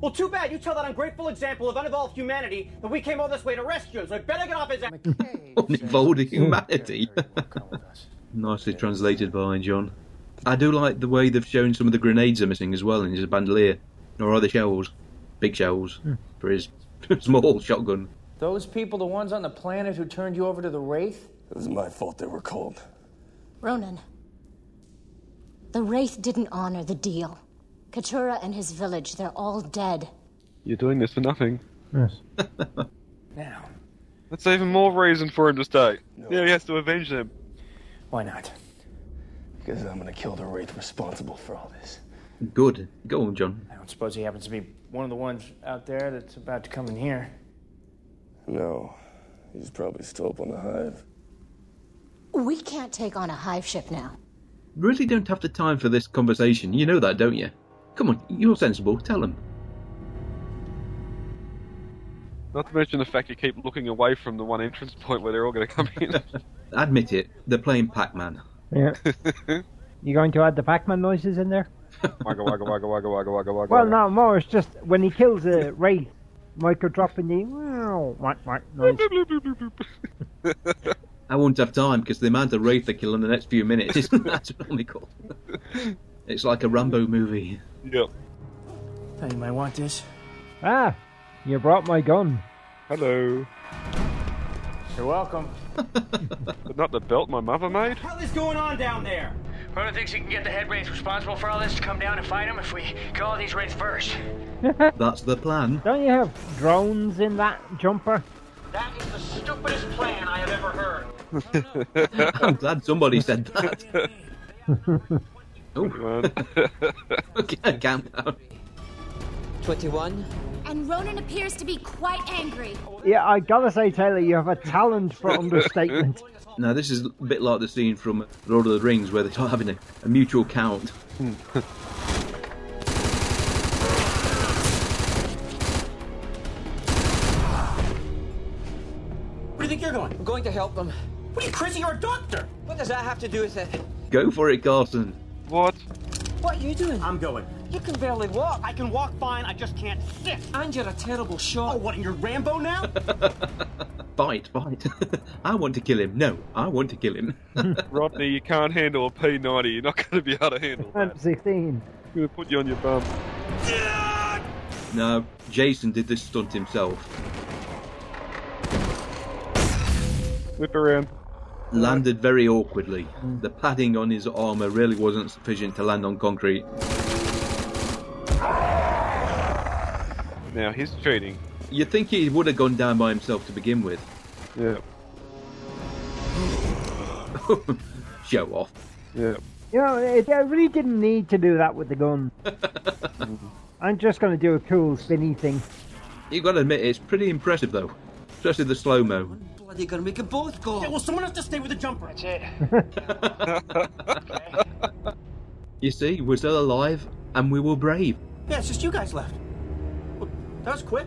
Well, too bad. You tell that ungrateful example of unevolved humanity that we came all this way to rescue him, so I better get off his ass. Uninvolved humanity. Nicely translated by John. I do like the way they've shown some of the grenades are missing as well in his bandolier. Or are they shells? Big shells for his small shotgun. Those people, the ones on the planet who turned you over to the Wraith? It was my fault they were cold. Ronan. The Wraith didn't honor the deal. Katura and his village, they're all dead. You're doing this for nothing. Yes. now. That's even more reason for him to stay. Yeah, he has to avenge them. Why not? Because I'm gonna kill the Wraith responsible for all this. Good. Go on, John. I don't suppose he happens to be one of the ones out there that's about to come in here. No. He's probably still up on the hive. We can't take on a hive ship now. Really don't have the time for this conversation. You know that, don't you? Come on, you're sensible. Tell them. Not to mention the fact you keep looking away from the one entrance point where they're all going to come in. Admit it, they're playing Pac Man. Yeah. you going to add the Pac-Man noises in there? wagga wagga wagga wagga wagga wagga wagga. Well, not more. It's just when he kills a wraith, Michael dropping the wow, whack, whack noise. I won't have time because the amount of Wraith they kill in the next few minutes is astronomical. It's like a Rambo movie. Yep. Thought Oh, you might want this. Ah, you brought my gun. Hello. You're welcome. but not the belt my mother made. What is going on down there? Ronan thinks he can get the head wraith responsible for all this to come down and fight him if we kill all these wraiths first. That's the plan. Don't you have drones in that jumper? That is the stupidest plan I have ever heard. I'm glad somebody said that. oh. okay, count down. 21. And Ronan appears to be quite angry. Yeah, I gotta say, Taylor, you have a talent for understatement. Now, this is a bit like the scene from Lord of the Rings where they start having a, a mutual count. Where do you think you're going? I'm going to help them. What are you crazy? You're a doctor. What does that have to do with it? Go for it, Carson. What? What are you doing? I'm going. You can barely walk. I can walk fine. I just can't sit. And you're a terrible Oh, shot. what? You're Rambo now? Fight, fight. I want to kill him. No, I want to kill him. Rodney, you can't handle a P90. You're not going to be able to handle that. I'm 16. I'm going to put you on your bum. no, Jason did this stunt himself. Whip around. Landed very awkwardly. The padding on his armour really wasn't sufficient to land on concrete. Now, he's cheating. You'd think he would have gone down by himself to begin with. Yeah. Show off. Yeah. You know, it, I really didn't need to do that with the gun. I'm just gonna do a cool spinny thing. You've got to admit, it's pretty impressive though. Especially the slow mo. Bloody gun, we can both go. Yeah, well, someone has to stay with the jumper. That's it. You see, we're still alive and we were brave. Yeah, it's just you guys left. Well, That was quick.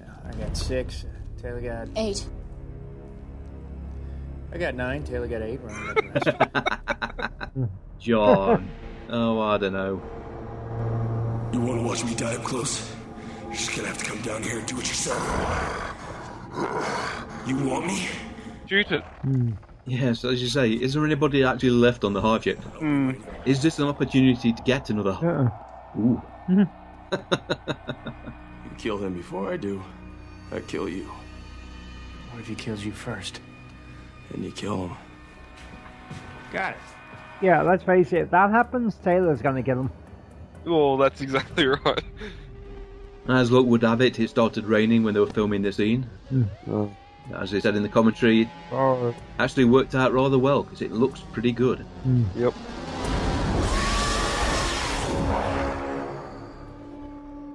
I got six. Taylor got. Eight. I got nine. Taylor got eight. Ronan got the rest. John. oh, I don't know. You want to watch me die up close? You're just going to have to come down here and do it yourself. You want me? Shoot it. Yeah, so as you say, is there anybody actually left on the hive ship? Is this an opportunity to get another? Ooh. You kill him before I do. I kill you. What if he kills you first? And you kill him. Got it. Yeah, let's face it, if that happens, Taylor's going to get him. Well, Oh, that's exactly right. As luck would have it, it started raining when they were filming the scene. Hmm. As they said in the commentary, it actually worked out rather well because it looks pretty good. Yep.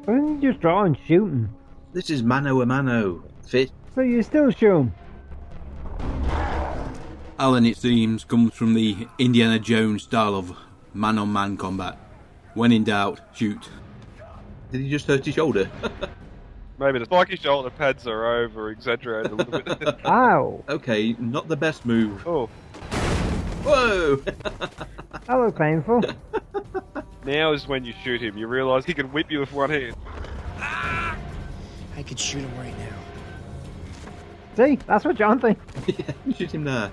Why didn't you just draw and shoot him? This is mano a mano. Fit. So you still shoot him? Alan, it seems, comes from the Indiana Jones style of man on man combat. When in doubt, shoot. Did he just hurt his shoulder? Maybe the spiky shoulder pads are over exaggerated a little bit. Ow! Okay, not the best move. Oh. Whoa! That looked painful. Now is when you shoot him. You realise he can whip you with one hand. I could shoot him right now. See, that's what John thinks. Shoot him there.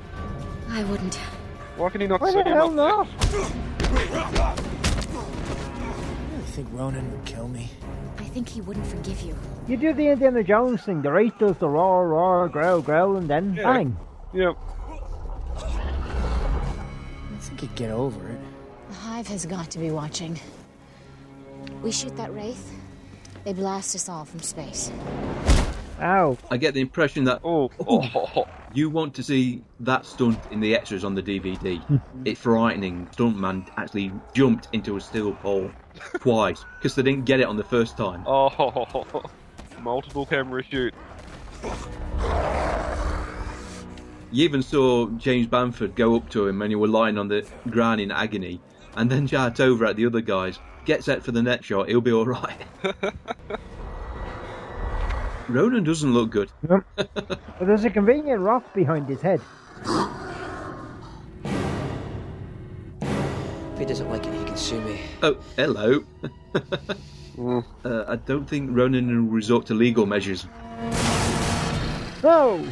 I wouldn't. Why can he not Why see the hell him? not? I think Ronan would kill me. I think he wouldn't forgive you. You do the Indiana Jones thing. The race does the roar, roar, growl, growl, and then Yeah. bang. Yep. I think he'd get over it. The hive has got to be watching. We shoot that wraith, they blast us all from space. Ow. I get the impression that oh, you want to see that stunt in the extras on the DVD. it's frightening. Stuntman actually jumped into a steel pole twice because they didn't get it on the first time. Oh, multiple camera shoot. You even saw James Bamford go up to him when he were lying on the ground in agony, and then shout over at the other guys, "Get set for the net shot. He'll be all right." Ronan doesn't look good. But there's a convenient rock behind his head. If he doesn't like it, he can sue me. Oh, hello. Mm. uh, I don't think Ronan will resort to legal measures. No!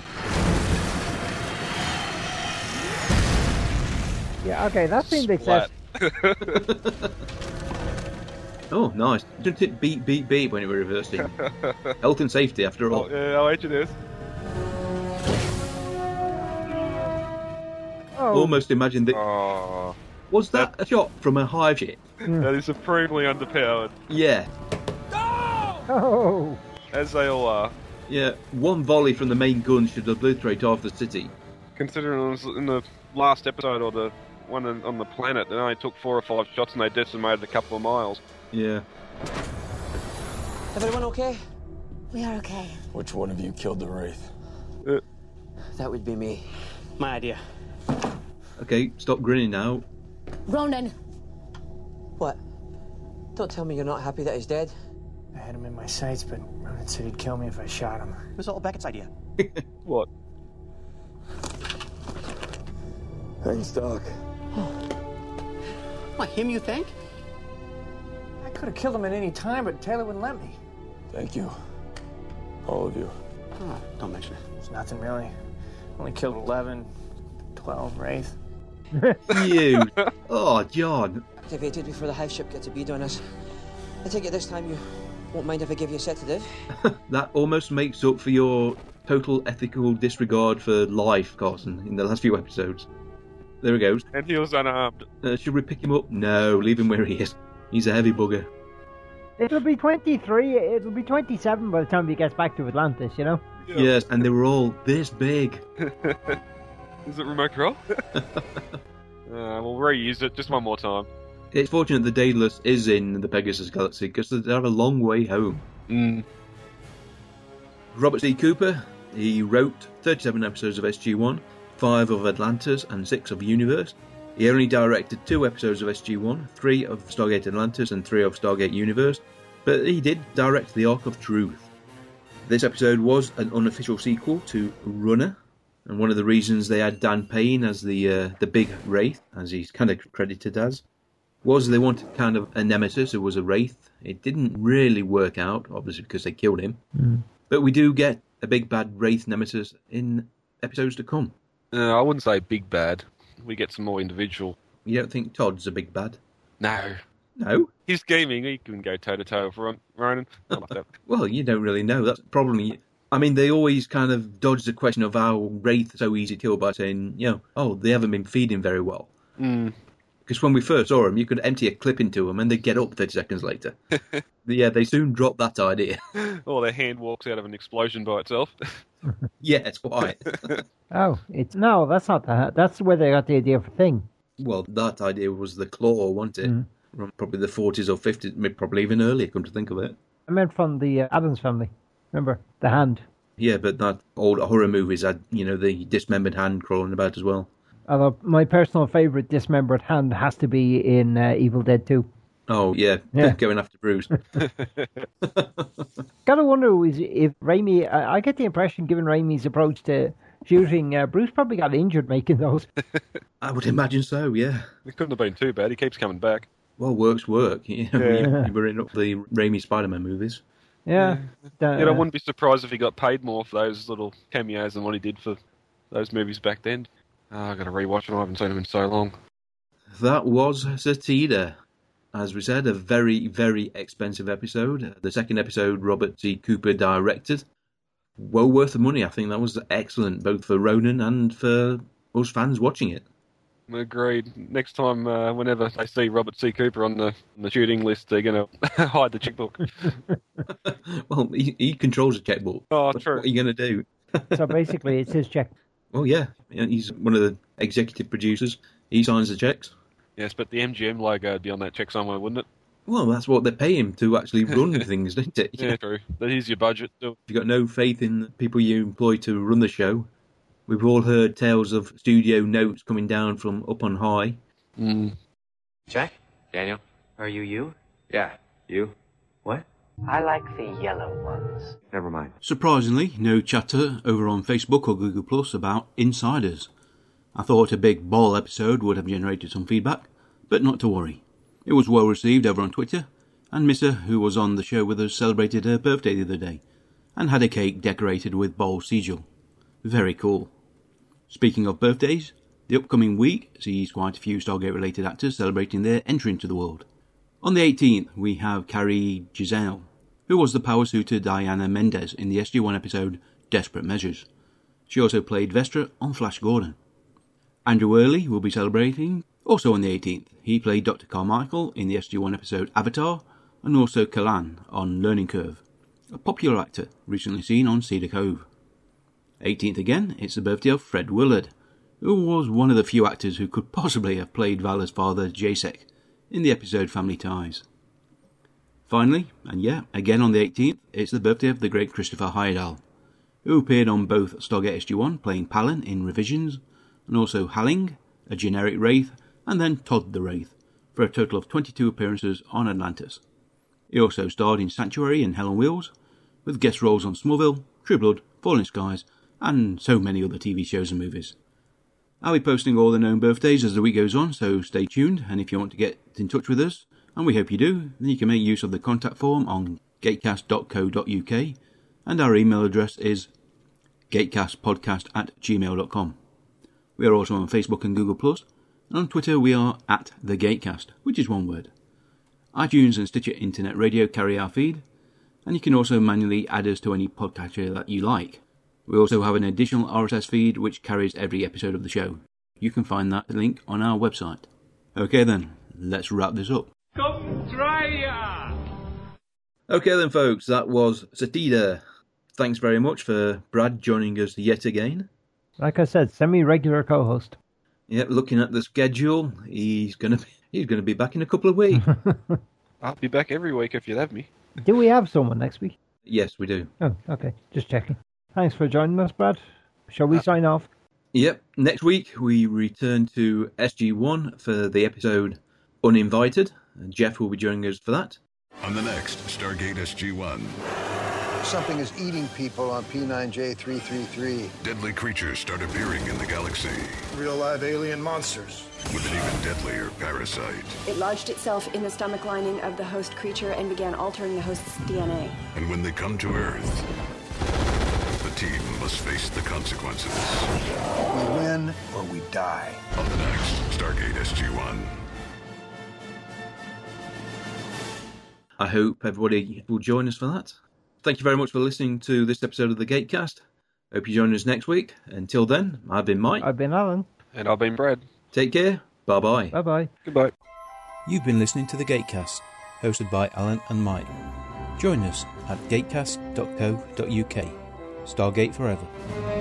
Yeah, okay, that seemed excessive. Oh, nice. Didn't it beep, beep, beep when it were reversing? Health and safety, after all. Oh, yeah, I'll hate you this. Oh. Almost imagine that. Oh. Was that a shot from a hive ship? That is supremely underpowered, Yeah, Oh! as they all are. yeah. One volley from the main gun should obliterate half the city. Considering it was in the last episode or the one on on the planet, they only took four or five shots and they decimated a couple of miles. Yeah. Everyone okay? We are okay. Which one of you killed the Wraith? That would be me. My idea. Okay, stop grinning now. Ronan! What? Don't tell me you're not happy that he's dead. I had him in my sights, but Ronan said he'd kill me if I shot him. It was all Beckett's idea. What? Thanks, Doc. What, him you think? I could have killed him at any time, but Taylor wouldn't let me. Thank you. All of you. Oh, don't mention it. It's nothing really. Only killed 11, 12 Wraith. you. Oh, John. Activated before the hive ship gets a bead on us. I take it this time you won't mind if I give you a sedative. That almost makes up for your total ethical disregard for life, Carson, in the last few episodes. There he goes. And he was unarmed. Uh, should we pick him up? No, leave him where he is. He's a heavy bugger. It'll be 23, it'll be 27 by the time he gets back to Atlantis, you know? Yes, and they were all this big. Is it remote control? Uh, we'll reuse it just one more time. It's fortunate the Daedalus is in the Pegasus Galaxy because they have a long way home. Mm. Robert C. Cooper, he wrote 37 episodes of SG1, 5 of Atlantis, and 6 of Universe. He only directed 2 episodes of SG1, 3 of Stargate Atlantis, and 3 of Stargate Universe, but he did direct The Ark of Truth. This episode was an unofficial sequel to Runner, and one of the reasons they had Dan Payne as the uh, the big wraith, as he's kind of credited as, was they wanted kind of a nemesis who was a wraith. It didn't really work out, obviously because they killed him. But we do get a big bad Wraith Nemesis in episodes to come. Uh, I wouldn't say big bad. We get some more individual. You don't think Todd's a big bad? No. No? He's scheming. He can go toe to toe with Ron- Ronan. I like that. Well, you don't really know. That's the problem. You- I mean, they always kind of dodge the question of how Wraith are so easy to kill by saying, you know, oh, they haven't been feeding very well. Mm. Because when we first saw them, you could empty a clip into them and they'd get up 30 seconds later. yeah, they soon dropped that idea. Or their Oh, hand walks out of an explosion by itself. yeah, it's why. Oh, it's no, that's not that. That's where they got the idea for thing. well, that idea was the claw, wasn't it? Mm. From probably the 40s or 50s, maybe- probably even earlier, come to think of it. I meant from the uh, Adams family. Remember the hand? Yeah, but that old horror movies had, you know, the dismembered hand crawling about as well. Although my personal favorite dismembered hand has to be in uh, Evil Dead Two. Oh, yeah, Yeah. going after Bruce. Gotta wonder who is if Raimi. I, I get the impression, given Raimi's approach to shooting, uh, Bruce probably got injured making those. I would imagine so, yeah. It couldn't have been too bad. He keeps coming back. Well, work's work. You know, Yeah. you were in up the Raimi Spider Man movies. Yeah. uh, Yeah, I wouldn't be surprised if he got paid more for those little cameos than what he did for those movies back then. Oh, i got to rewatch them. I haven't seen them in so long. That was Satida. As we said, a very, very expensive episode. The second episode, Robert T. Cooper directed. Well worth the money. I think that was excellent, both for Ronan and for us fans watching it. Agreed. Next time, uh, whenever they see Robert C. Cooper on the, on the shooting list, they're going to hide the checkbook. Well, he, he controls a checkbook. Oh, true. What are you going to do? so basically, it's his check. Well, yeah. He's one of the executive producers. He signs the checks. Yes, but the MGM logo would be on that check somewhere, wouldn't it? Well, that's what they pay him to actually run things, isn't it? Yeah, true. That is your budget. Do If you've got no faith in the people you employ to run the show, we've all heard tales of studio notes coming down from up on high. Mm. Jack? Daniel? Are you you? Yeah, you. What? I like the yellow ones. Never mind. Surprisingly, no chatter over on Facebook or Google Plus about insiders. I thought a big ball episode would have generated some feedback, but not to worry. It was well received over on Twitter, and Missa, who was on the show with us, celebrated her birthday the other day and had a cake decorated with bowl sigil. Very cool. Speaking of birthdays, the upcoming week sees quite a few Stargate related actors celebrating their entry into the world. On the 18th, we have Carrie Giselle, who was the power suitor Diana Mendez in the SG1 episode Desperate Measures. She also played Vestra on Flash Gordon. Andrew Early will be celebrating also on the 18th. He played Dr. Carmichael in the SG1 episode Avatar and also Kalan on Learning Curve, a popular actor recently seen on Cedar Cove. 18th again, it's the birthday of Fred Willard, who was one of the few actors who could possibly have played Vala's father, Jacek, in the episode Family Ties. Finally, and yeah, again on the 18th, it's the birthday of the great Christopher Heidel, who appeared on both Stargate SG-1 playing Palin in Revisions, and also Halling, a generic Wraith, and then Todd the Wraith, for a total of 22 appearances on Atlantis. He also starred in Sanctuary and Hell on Wheels, with guest roles on Smallville, True Blood, Falling Skies, and so many other TV shows and movies. I'll be posting all the known birthdays as the week goes on, so stay tuned. And if you want to get in touch with us, and we hope you do, then you can make use of the contact form on gatecast.co.uk, and our email address is gatecastpodcast at gmail.com. We are also on Facebook and Google Plus, and on Twitter we are at the Gatecast, which is one word. iTunes and Stitcher Internet Radio carry our feed, and you can also manually add us to any podcatcher that you like. We also have an additional RSS feed which carries every episode of the show. You can find that link on our website. Okay then, let's wrap this up. Come try ya! Okay then, folks, that was Satida. Thanks very much for Brad joining us yet again. Like I said, semi-regular co-host. Yep, looking at the schedule, he's gonna be, he's gonna be back in a couple of weeks. I'll be back every week if you'd have me. Do we have someone next week? yes, we do. Oh, okay. Just checking. Thanks for joining us, Brad. Shall Uh, we sign off? Yep. Next week we return to SG1 for the episode Uninvited. and Jeff will be joining us for that. On the next Stargate SG-1, Something is eating people on P9J333. deadly creatures start appearing in the galaxy Real live alien monsters. with an even deadlier parasite. It lodged itself in the stomach lining of the host creature and began altering the host's DNA. And when they come to Earth, team must face the consequences. We win or we die. On the next Stargate SG-1. I hope everybody will join us for that. Thank you very much for listening to this episode of the Gatecast. Hope you join us next week. Until then, I've been Mike. I've been Alan. And I've been Brad. Take care. Bye bye. Bye bye. Goodbye. You've been listening to the Gatecast, hosted by Alan and Mike. Join us at gatecast.co.uk. Stargate forever.